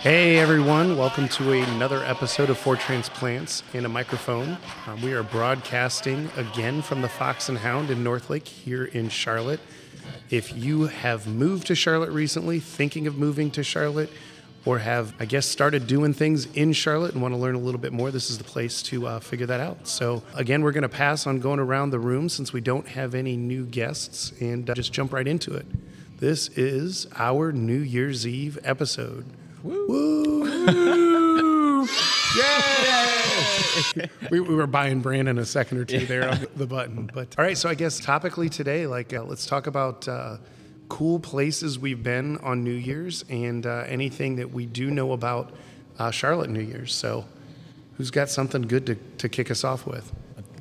Hey everyone, welcome to another episode of Four Transplants and a Microphone. Um, we are broadcasting again from the Fox and Hound in Northlake here in Charlotte. If you have moved to Charlotte recently, thinking of moving to Charlotte, or have, I guess, started doing things in Charlotte and want to learn a little bit more, this is the place to uh, figure that out. So, again, we're going to pass on going around the room since we don't have any new guests and uh, just jump right into it. This is our New Year's Eve episode. we, we were buying Brandon a second or two there on the button. But all right, so I guess topically today, like uh, let's talk about uh, cool places we've been on New Year's and uh, anything that we do know about uh, Charlotte New Year's. So, who's got something good to, to kick us off with?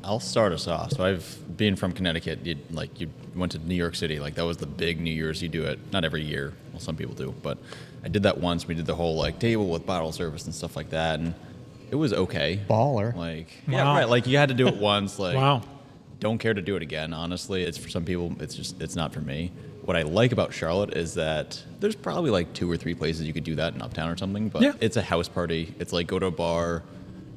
I'll start us off. So I've been from Connecticut. You like you went to New York City. Like that was the big New Year's. You do it not every year. Well, some people do, but I did that once. We did the whole like table with bottle service and stuff like that, and it was okay. Baller. Like yeah, Wow. right. Like you had to do it once. Like Wow. don't care to do it again. Honestly, it's for some people. It's just it's not for me. What I like about Charlotte is that there's probably like two or three places you could do that in Uptown or something. But Yeah. it's a house party. It's like go to a bar,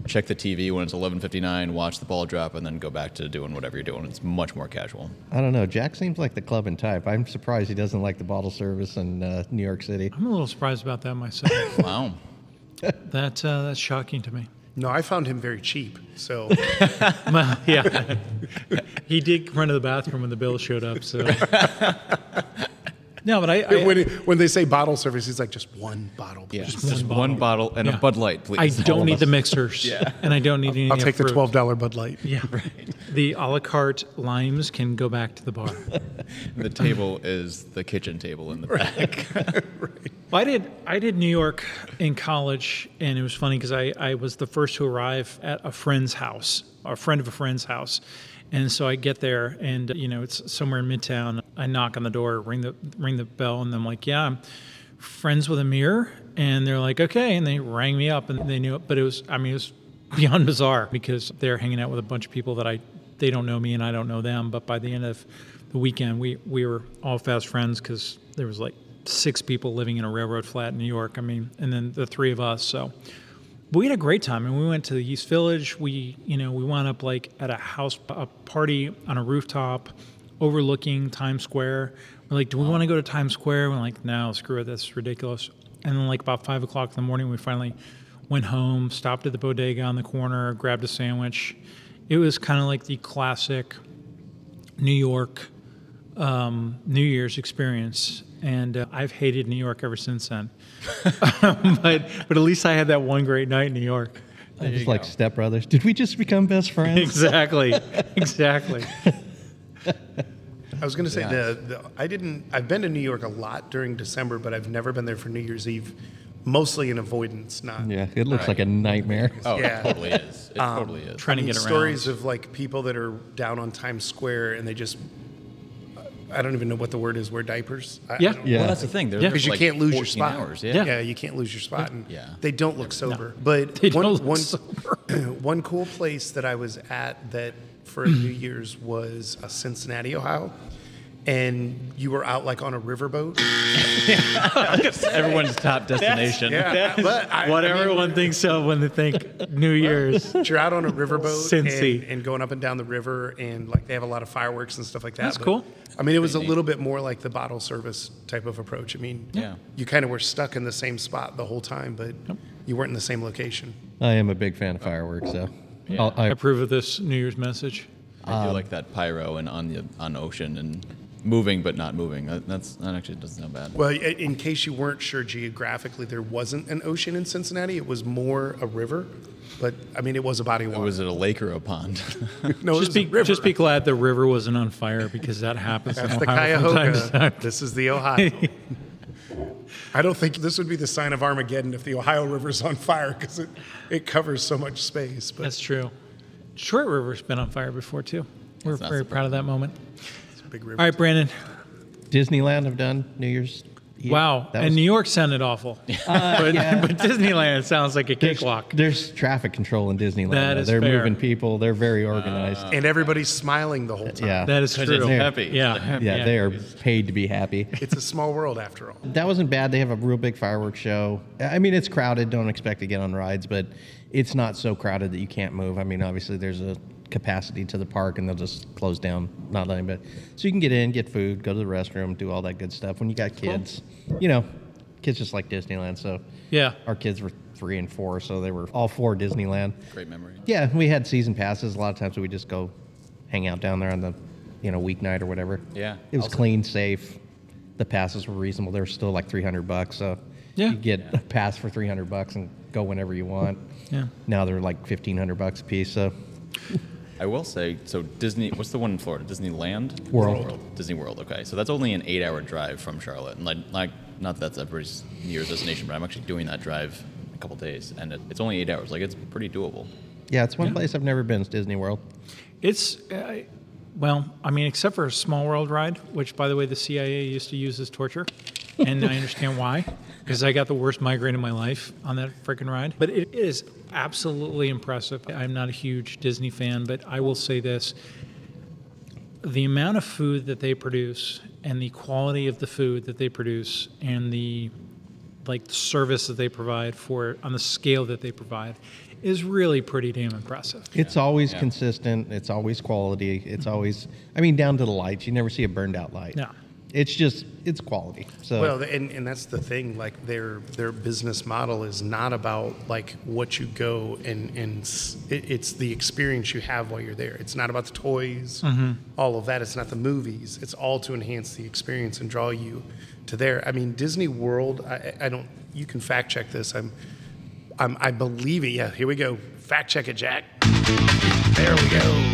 check the TV when it's 11:59, watch the ball drop, and then go back to doing whatever you're doing. It's much more casual. I don't know. Jack seems like the club and type. I'm surprised he doesn't like the bottle service in uh, New York City. I'm a little surprised about that myself. Wow. that uh, that's shocking to me. No, I found him very cheap. So, Well, yeah, he did run to the bathroom when the bill showed up. So no, but I, I when, when they say bottle service, he's like, just one bottle. please." Yeah. Just, one one, bottle. and yeah. a Bud Light, please. I All don't of need us. the mixers. Yeah. and I don't need any. I'll take the fruit. $12 Bud Light. Yeah, the a la carte limes can go back to the bar. The table is the kitchen table in the back. Well, I did. I did New York in college, and it was funny because I, I was the first to arrive at a friend's house, a friend of a friend's house, and so I get there, and you know it's somewhere in Midtown. I knock on the door, ring the ring the bell, and I'm like, yeah, I'm friends with Amir, and they're like, okay, and they rang me up, and they knew it, but it was I mean it was beyond bizarre because they're hanging out with a bunch of people that I they don't know me and I don't know them, but by the end of the weekend, we we were all fast friends because there was like six people living in a railroad flat in New York. I mean, and then the three of us. So we had a great time, and we went to the East Village. We you know we wound up like at a house a party on a rooftop overlooking Times Square. We're like, do we want to go to Times Square? We're like, no, screw it, that's ridiculous. And then like about five o'clock in the morning, we finally went home, stopped at the bodega on the corner, grabbed a sandwich. It was kind of like the classic New York um, New Year's experience, and uh, I've hated New York ever since then. but but at least I had that one great night in New York. It's just like Step Brothers. Did we just become best friends? Exactly, exactly. I was going to say the, the I didn't I've been to New York a lot during December, but I've never been there for New Year's Eve, mostly in avoidance. Not yeah, it looks like a nightmare. Oh, Yeah. it totally is. It totally is. Trying to get around. stories of like people that are down on Times Square and they just I don't even know what the word is. Wear diapers. I, I Yeah. don't- Yeah. Well, that's the thing. They're there Yeah. because for, you like, can't lose your 14 spot. Hours. yeah. you can't lose your spot. And Yeah. they don't look sober. But They one, don't look one, sober. one cool place that I was at that for New Year's was uh, Cincinnati, Ohio, and you were out like on a riverboat. Everyone's top destination. Yeah, but I, what I mean, everyone thinks of when they think New Year's. you're out on a riverboat Cincy. and, and going up and down the river, and like they have a lot of fireworks and stuff like that. That's cool. I mean, it was a little bit more like the bottle service type of approach. I mean, Yeah. you kind of were stuck in the same spot the whole time, but you weren't in the same location. I am a big fan of fireworks, so Yeah. I'll- I, I approve of this New Year's message. I do like that pyro and on the on ocean and moving but not moving. That, that's that actually doesn't sound bad. Well, i- in case you weren't sure geographically, there wasn't an ocean in Cincinnati. It was more a river, but I mean, it was a body of water. Was it a lake or a pond? no, it Just was a be river. just be glad the river wasn't on fire because that happens. in That's the Ohio from time to Cuyahoga. time. This is the Ohio. I don't think this would be the sign of Armageddon if the Ohio River's on fire because it, it covers so much space. But That's true. Short River's been on fire before too. We're not very proud of that moment. it's a big river. All right, Brandon. Disneyland. I've done New Year's yeah, wow. that And was- Uh, New York sounded awful. but, but Disneyland it sounds like a there's, cakewalk. there's traffic control in Disneyland. That though. is they're fair. moving people. They're very organized. and everybody's smiling the whole time. yeah, Uh, That is Because it's true. happy. It's Yeah. happy. yeah, they are paid to be happy. It's a small world after all. That wasn't bad. They have a real big fireworks show. I mean, it's crowded. Don't expect to get on rides, but it's not so crowded that you can't move. I mean, obviously, there's a capacity to the park, and they'll just close down, not let anybody. So you can get in, get food, go to the restroom, do all that good stuff. When you got kids, you know, kids just like Disneyland. So Yeah. our kids were three and four, so they were all for Disneyland. Great memory. Yeah, we had season passes. A lot of times we just go hang out down there on the, you know, weeknight or whatever. Yeah. It was clean, safe. The passes were reasonable. They were still like 300 bucks. So Yeah. you get a pass for 300 bucks and go whenever you want. Yeah. Now they're like 1500 bucks a piece. So I will say, so Disney, what's the one in Florida? Disneyland? World. Disney Disney World, okay. So that's only an eight hour drive from Charlotte. And like, like not that that's everybody's New Year's destination, but I'm actually doing that drive in a couple days. And it, it's only eight hours. Like, it's pretty doable. yeah, it's one place I've never been. It's Disney World. It's, uh, well, I mean, except for a small world ride, which, by the way, the CIA used to use as torture. And I understand why, because I got the worst migraine of my life on that freaking ride. But it is absolutely impressive. I'm not a huge Disney fan, but I will say this the amount of food that they produce and the quality of the food that they produce and the like service that they provide for on the scale that they provide is really pretty damn impressive. It's always Yeah. consistent. It's always quality. It's always, I mean, down to the lights. You never see a burned out light. No. It's just, it's quality. So Well, and, and that's the thing. Like their their business model is not about like what you go and and s- it, it's the experience you have while you're there. It's not about the toys, Mm-hmm. all of that. It's not the movies. It's all to enhance the experience and draw you to there. I mean, Disney World. I, I I don't. You can fact check this. I'm. I'm I believe it. Yeah. Here we go. Fact check it, Jack. There we go.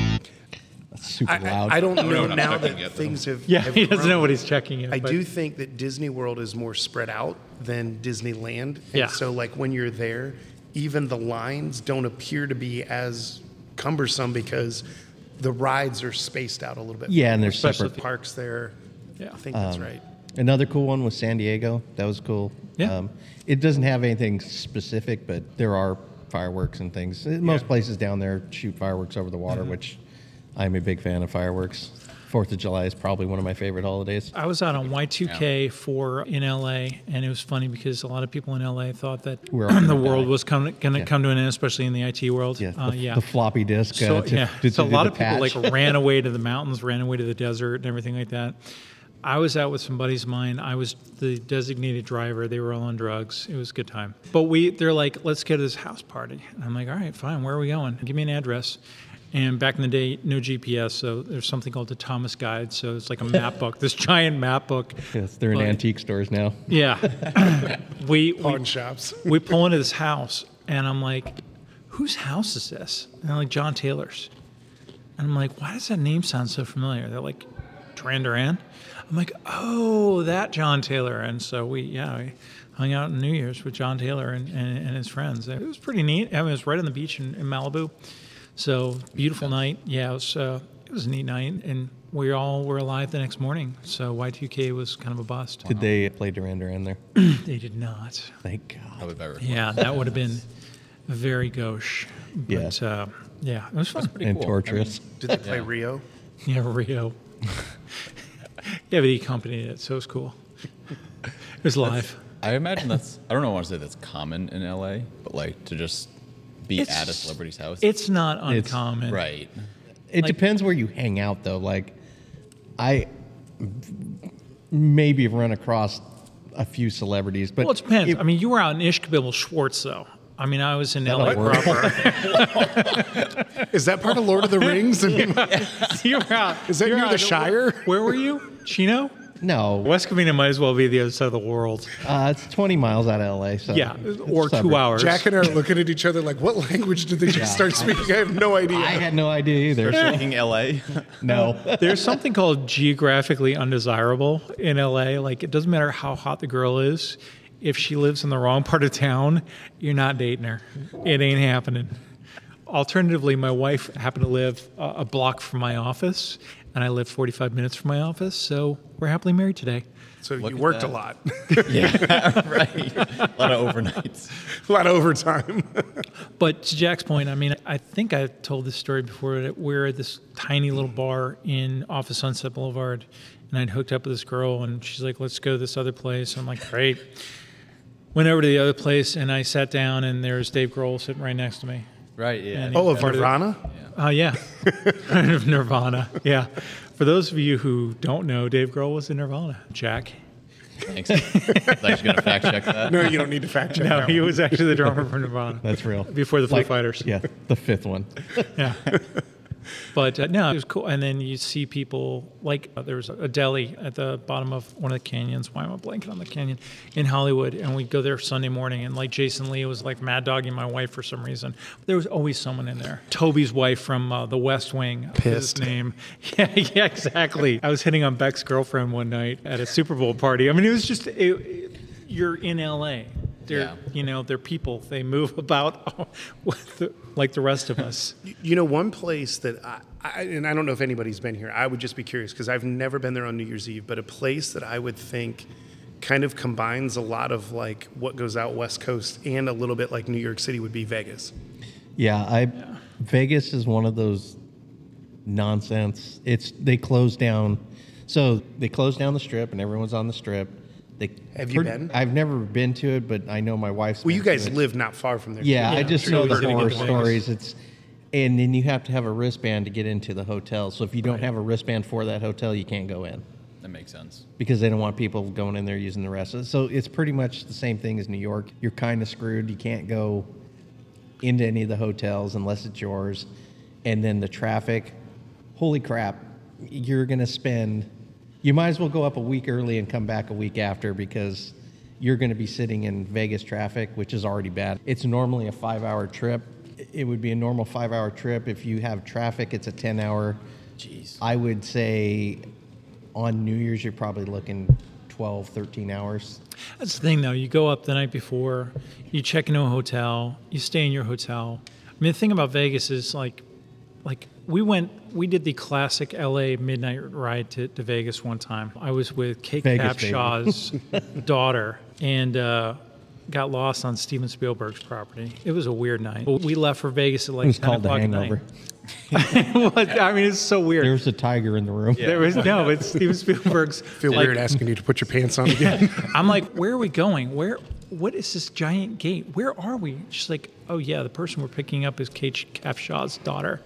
it's super I, loud. I, I don't know no, I'm now checking that it. things have. Yeah, have he doesn't know grown. what he's checking yet. I but- do think that Disney World is more spread out than Disneyland. And Yeah. So, like, when you're there, even the lines don't appear to be as cumbersome because the rides are spaced out a little bit. yeah. And they're Especially separate. Um, The parks there. Yeah. I think that's right. Another cool one was San Diego. That was cool. Um, Yeah. it doesn't have anything specific, but there are fireworks and things. Uh, Most places down there shoot fireworks over the water, Mm-hmm. which I'm a big fan of fireworks. Fourth of July is probably one of my favorite holidays. I was out on Y2K for in LA, and it was funny because a lot of people in LA thought that We're all gonna the world die. was going to come to an end, especially in the IT world. Yeah, the, Uh, yeah. the floppy disk. uh, so to- yeah, to- so a to lot the of people patch. like ran away to the mountains, ran away to the desert, and everything like that. I was out with some buddies of mine. I was the designated driver. They were all on drugs. It was a good time. But we, they're like, let's go to this house party. And I'm like, all right, fine. Where are we going? Give me an address. And back in the day, no GPS, so there's something called the Thomas Guide. So it's like a map book, this giant map book. Yes, they're in Like- antique stores now. Yeah, we we Pawn shops. we pull into this house and I'm like, whose house is this? And they're like, John Taylor's. And I'm like, why does that name sound so familiar? They're like, Duran Duran? I'm like, oh, that John Taylor. And so we, yeah, we hung out in New Year's with John Taylor and, and, and his friends. It was pretty neat. I mean, it was right on the beach in, in Malibu. So beautiful night. Yeah, it was, uh, it was a neat night. And we all were alive the next morning. So Y2K was kind of a bust. Did they play Duran Duran there? They did not. Thank God. I would ever. Yeah, that would have been very gauche. But Yeah. yeah, uh, yeah it was fun. And cool. I mean- torturous. Did they play Rio? Yeah, Rio. yeah, but he accompanied it, so it was cool. It was live. I imagine that's, I don't know, I want to say that's common in LA, but like to just be It's- at a celebrity's house. It's not uncommon. right. It depends where you hang out, though. Like, I maybe run across a few celebrities, but Well, it depends. if- I mean, you were out in Ishkabibble Schwartz, though. I mean, I was in LA. That'll work. Is that part of Lord of the Rings? I mean, you were out. Is that you were near out the in- Shire? Where were you? Chino? no, West Covina might as well be the other side of the world. uh, it's 20 miles out of LA. So Yeah, it's or suburb. two hours. Jack and I are looking at each other like, what language did they just start speaking? I have no idea. I had no idea either. Shaking LA. no, There's something called geographically undesirable in LA. Like, it doesn't matter how hot the girl is. If she lives in the wrong part of town, you're not dating her. It ain't happening. Alternatively, my wife happened to live a, a block from my office, and I live 45 minutes from my office, so we're happily married today. So Look you at worked a that. lot, Yeah, right. A lot of overnights. a lot of overtime. But to Jack's point, I mean, I think I told this story before. That we're at this tiny little bar in off of Sunset Boulevard, and I'd hooked up with this girl, and she's like, "Let's go to this other place." I'm like, "Great." Went over to the other place, and I sat down, and there's Dave Grohl sitting right next to me. Right. Yeah. And- oh, of Part of it. Nirvana. Oh yeah, of Nirvana. Yeah, for those of you who don't know, Dave Grohl was in Nirvana. Jack. Thanks. Thanks. Gonna fact check that. No, you don't need to fact check. No, that he one. was actually the drummer for Nirvana. That's real. Before the Foo Fighters. Yeah, the fifth one. yeah. But uh, no, it was cool. And then you see people like uh, there was a deli at the bottom of one of the canyons. Why am I blanking on the canyon in Hollywood? And we go there Sunday morning, and like Jason Lee was like mad dogging my wife for some reason. There was always someone in there. Toby's wife from uh, The West Wing. What's Pissed. His name. Yeah, yeah, exactly. I was hitting on Beck's girlfriend one night at a Super Bowl party. I mean, it was just it, it- you're in LA. They're, Yeah. you know, they're people. They move about with the- like the rest of us. You know, one place that I, I and I don't know if anybody's been here. I would just be curious because I've never been there on New Year's Eve, but a place that I would think kind of combines a lot of like what goes out West Coast and a little bit like New York City would be Vegas. Yeah, I Vegas is one of those nonsense. It's they close down, so they close down the strip, and everyone's on the strip. They Have you been? I've never been to it, but I know my wife's. Well, you been to guys it. live not far from there. Yeah, I Yeah, just sure know we've the heard of horror Vegas. stories. It's and then you have to have a wristband to get into the hotel. So if you don't have a wristband for that hotel, you can't go in That makes sense. because they don't want people going in there using the rest of it. So it's pretty much the same thing as New York. You're kind of screwed. You can't go into any of the hotels unless it's yours. And then the traffic, holy crap, you're going to spend, you might as well go up a week early and come back a week after because you're going to be sitting in Vegas traffic, which is already bad. It's normally a five hour trip. It would be a normal five hour trip. If you have traffic, it's a 10 hour. Jeez. I would say on New Year's, you're probably looking 12, 13 hours. That's the thing, though. You go up the night before, you check into a hotel, you stay in your hotel. I mean, the thing about Vegas is like, like we went, we did the classic LA midnight ride to, to Vegas one time. I was with Kate Vegas, baby. Capshaw's daughter and uh, got lost on Steven Spielberg's property. It was a weird night. But we left for Vegas at like It was 10 called the o'clock at night. hangover. What? I mean, it's so weird. There was a tiger in the room. There was no, it's Steven Spielberg's. feel like, weird asking you to put your pants on again. I'm like, where are we going? Where? What is this giant gate? Where are we? She's like, oh yeah, the person we're picking up is Kate Capshaw's daughter.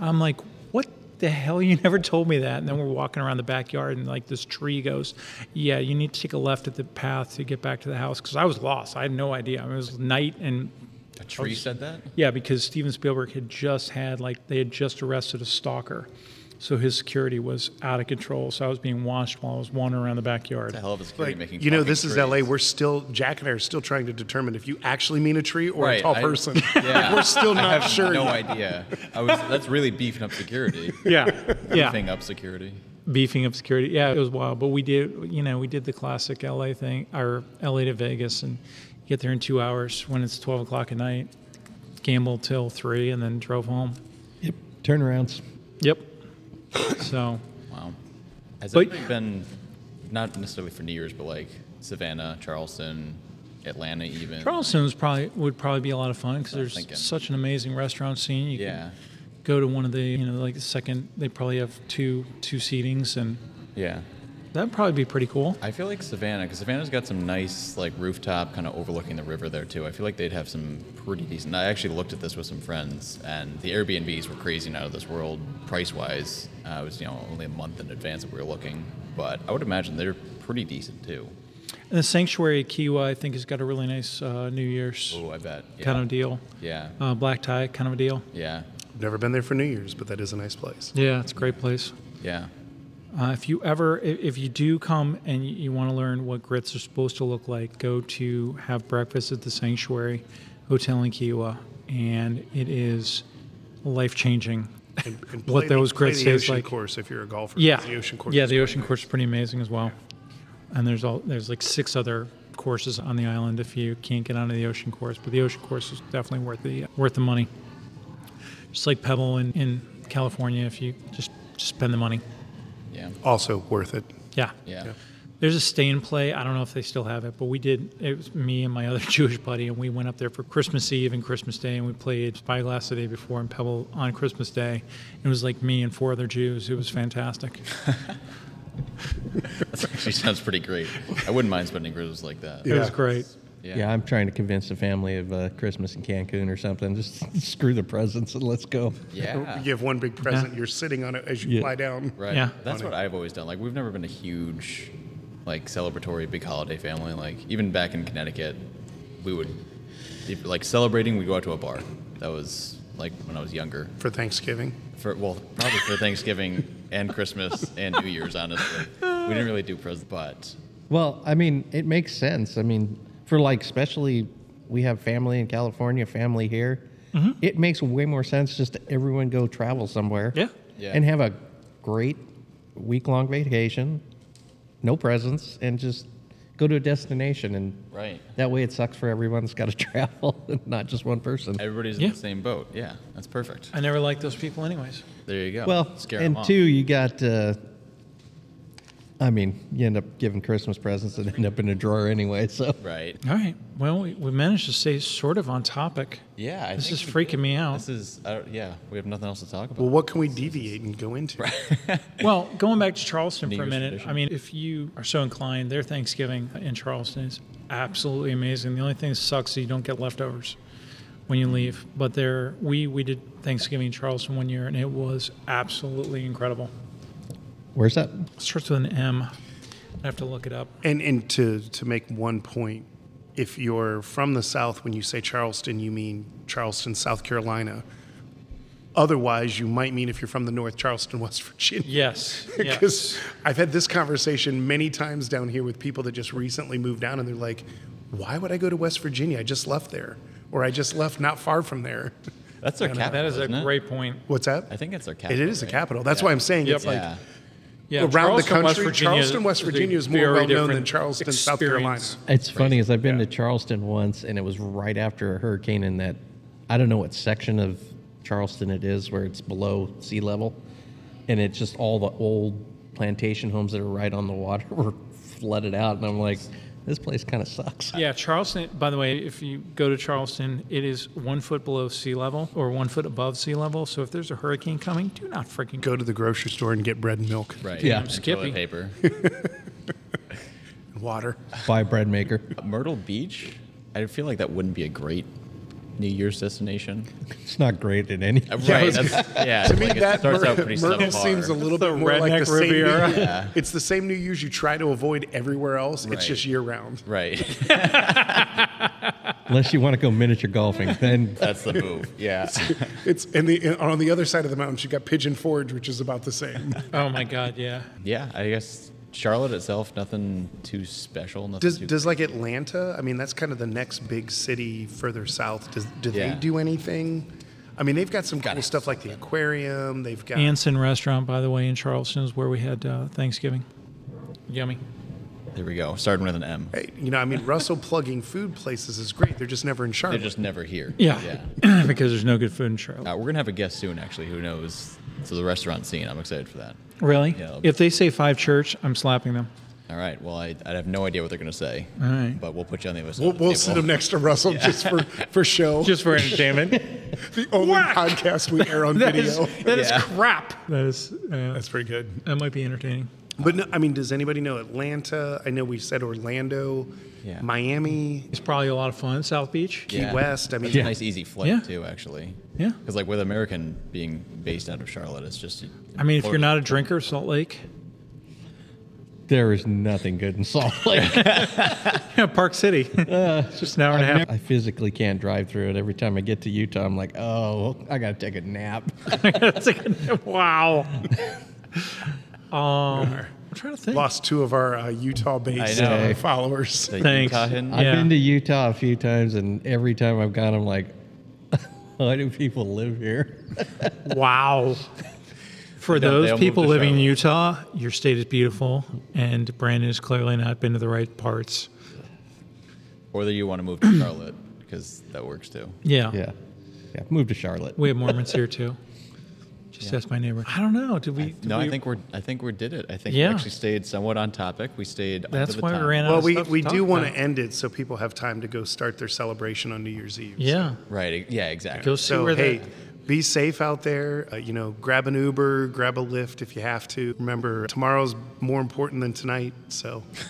I'm like, what the hell? You never told me that. And then we're walking around the backyard, and like this tree goes, yeah, you need to take a left at the path to get back to the house because I was lost. I had no idea. I mean, it was night and A Oh. tree said that. yeah, because Steven Spielberg had just had like they had just arrested a stalker. So his security was out of control. So I was being watched while I was wandering around the backyard. The hell of a security like, making. you know, fucking this is trees. LA. We're still Jack and I are still trying to determine if you actually mean a tree or Right, a tall I- person. yeah. We're still I not have sure. no yet. idea. I was. That's really beefing up security. Yeah, yeah. Beefing up security. beefing of security. Yeah, it was wild. But we did, you know, we did the classic LA thing, or LA to Vegas, and get there in two hours when it's 12 o'clock at night, gamble till three, and then drove home. Yep. Turnarounds. Yep. So, Wow. Has But- anybody been not necessarily for New Year's, but like Savannah, Charleston, Atlanta, even? Charleston was probably would probably be a lot of fun because there's thinking. such an amazing restaurant scene. You Yeah. can go to one of the, you know, like the second. They probably have two two seatings, and Yeah. that'd probably be pretty cool. I feel like Savannah, because Savannah's got some nice, like, rooftop kind of overlooking the river there, too. I feel like they'd have some pretty decent. I actually looked at this with some friends, and the Airbnbs were crazy and out of this world price wise. Uh, it was, you know, only a month in advance that we were looking, but I would imagine they're pretty decent, too. And the sanctuary at Kiwa, I think, has got a really nice uh, New Year's Oh, I bet. Yeah. kind of deal, Yeah. uh, black tie kind of a deal. Yeah. Never been there for New Year's, but that is a nice place. Yeah, it's a great place. Yeah. Uh, if you ever, i- if you do come and you, you want to learn what grits are supposed to look like, go to have breakfast at the Sanctuary Hotel in Kiowa, and it is life changing. And, and What play those the, play great the states ocean like- course if you're a golfer. Yeah, the ocean course. Yeah, is the great. ocean course is pretty amazing as well. And there's all there's like six other courses on the island if you can't get onto the ocean course, but the ocean course is definitely worth the worth the money. Just like Pebble in, in California, if you just, just spend the money. Yeah. Also worth it. Yeah. Yeah. There's a stay and play. I don't know if they still have it, but we did. It was me and my other Jewish buddy, and we went up there for Christmas Eve and Christmas Day, and we played Spyglass the day before and Pebble on Christmas Day. It was like me and four other Jews. It was fantastic. That actually sounds pretty great. I wouldn't mind spending Christmas like that. It was Yeah. great. Yeah. Yeah. I'm trying to convince the family of uh, Christmas in Cancun or something. Just screw the presents and let's go. Yeah. You give one big present, you're sitting on it as you Yeah. fly down. Right. Yeah. That's what I've always done. Like we've never been a huge, like celebratory big holiday family. Like even back in Connecticut, we would, if, like celebrating, we go out to a bar. That was like when I was younger. For Thanksgiving. For well, probably for Thanksgiving and Christmas and New Year's. Honestly, we didn't really do presents, but Well, I mean, it makes sense. I mean, for like, especially we have family in California, family here. It makes way more sense just to everyone go travel somewhere. Yeah. Yeah. And have a great week long vacation, no presents, and just go to a destination. And right. that way it sucks for everyone's got to travel and not just one person. Everybody's in Yeah. the same boat. Yeah, that's perfect. I never liked those people, anyways. There you go. Well, Scare 'em and off. two, you got. Uh, I mean, you end up giving Christmas presents that end up in a drawer anyway. So Right. All right. Well, we, we managed to stay sort of on topic. Yeah. I This think is we- freaking me out. This is. I don't- yeah. We have nothing else to talk about. Well, what can we deviate and go into? Well, going back to Charleston New for a Year's minute, tradition. I mean, if you are so inclined, their Thanksgiving in Charleston is absolutely amazing. The only thing that sucks is you don't get leftovers when you leave. But there, we we did Thanksgiving in Charleston one year, and it was absolutely incredible. where's that? It starts with an M. I have to look it up. And and to to make one point, if you're from the South, when you say Charleston, you mean Charleston, South Carolina. Otherwise, you might mean if you're from the North, Charleston, West Virginia. Yes. yes. Because I've had this conversation many times down here with people that just recently moved down, and they're like, "Why would I go to West Virginia? I just left there, or I just left not far from there." That's their capital. That is a isn't it? great point. What's that? I think that's their it capital. is a right? capital. That's why I'm saying it's Yep. like Yeah. Yeah, around the West country. Virginia Charleston, West is a Virginia is more very well-known different than Charleston, South experience. Carolina. It's funny is I've been to Charleston once, and it was right after a hurricane in that I don't know what section of Charleston it is where it's below sea level, and it's just all the old plantation homes that are right on the water were flooded out, and I'm like, this place kind of sucks. Yeah, Charleston. By the way, if you go to Charleston, it is one foot below sea level or one foot above sea level. So if there's a hurricane coming, do not freaking go. Go to the grocery store and get bread and milk Right. Yeah. And Skippy. toilet paper. and water. Buy a bread maker. Myrtle Beach. I feel like that wouldn't be a great New Year's destination. It's not great at any. Uh, Right. that's- yeah. I mean, like that it starts Myr- out pretty Myrtle subpar. seems a little The bit more like redneck the same New Riviera. Year. Yeah. It's the same New Year's you try to avoid everywhere else. Right. It's just year round. Right. Unless you want to go miniature golfing, then That's the move. Yeah. It's and the and on the other side of the mountains you got Pigeon Forge, which is about the same. Oh my God, yeah. Yeah. I guess Charlotte itself, nothing too special. Nothing Does too does like Atlanta? I mean, that's kind of the next big city further south. Does do Yeah. they do anything? I mean, they've got some cool Gotta have stuff like the aquarium. They've got Anson Restaurant, by the way, in Charleston is where we had uh, Thanksgiving. Yummy. There we go. Starting with an M. Hey, you know, I mean, Russell plugging food places is great. They're just never in They're Charlotte. just never here. Yeah. Yeah. because there's no good food in Charlotte. Uh, we're gonna have a guest soon, actually. Who knows? So the restaurant scene. I'm excited for that. Really? Yeah. If they say five church, I'm slapping them. All right. Well, I, I have no idea what they're gonna say. All right. But we'll put you on the other side. we'll of the we'll table. sit them next to Russell just for for show. Just for entertainment. the only podcast we air on that is, video. that is Yeah. crap. That is, uh, That's pretty good. that might be entertaining. But no, I mean, does anybody know Atlanta? I know we said Orlando, Yeah. Miami, It's probably a lot of fun. South Beach. Key Yeah. West. I mean, It's a nice, easy flight Yeah. too, actually. Yeah. Because like with American being based out of Charlotte, it's just. I mean, if you're not a drinker, Salt Lake. there is nothing good in Salt Lake. Yeah, Park City. it's just an hour and a half. I physically can't drive through it. Every time I get to Utah, I'm like, oh, I gotta take a nap. It's like, wow. Um, I'm trying to think. lost two of our uh, Utah-based I know. uh, followers. the Thanks. Yucatan- I- I've Yeah. been to Utah a few times, and every time I've gone, I'm like, why do people live here? Wow. For No, they all those moved people to living in Charlotte. Utah, your state is beautiful, and Brandon has clearly not been to the right parts. or that you want to move to Charlotte because that works too. Yeah. Yeah, yeah. Move to Charlotte. We have Mormons here too. Just ask my neighbor. I don't know. Did we? did No, we- I think we're I think we did it. I think Yeah. we actually stayed somewhat on topic. We stayed. under that's the why time. we ran out. Well, of we, stuff to we talk do want about. to end it so people have time to go start their celebration on New Year's Eve. Yeah, Right. e-, Yeah. Exactly. go see So, where hey, that. be safe out there. Uh, you know, grab an Uber, grab a Lyft if you have to. Remember, tomorrow's more important than tonight. So,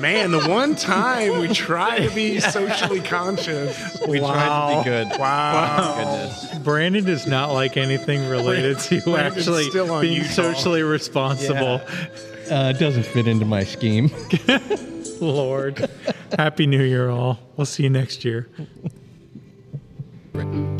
man, the one time we try to be socially conscious, we tried to be good. Wow. Goodness. Brandon does not like anything related to Brandon's actually still on being Utah. socially responsible. Uh, it doesn't fit into my scheme. Lord, happy New Year, all. We'll see you next year. Right.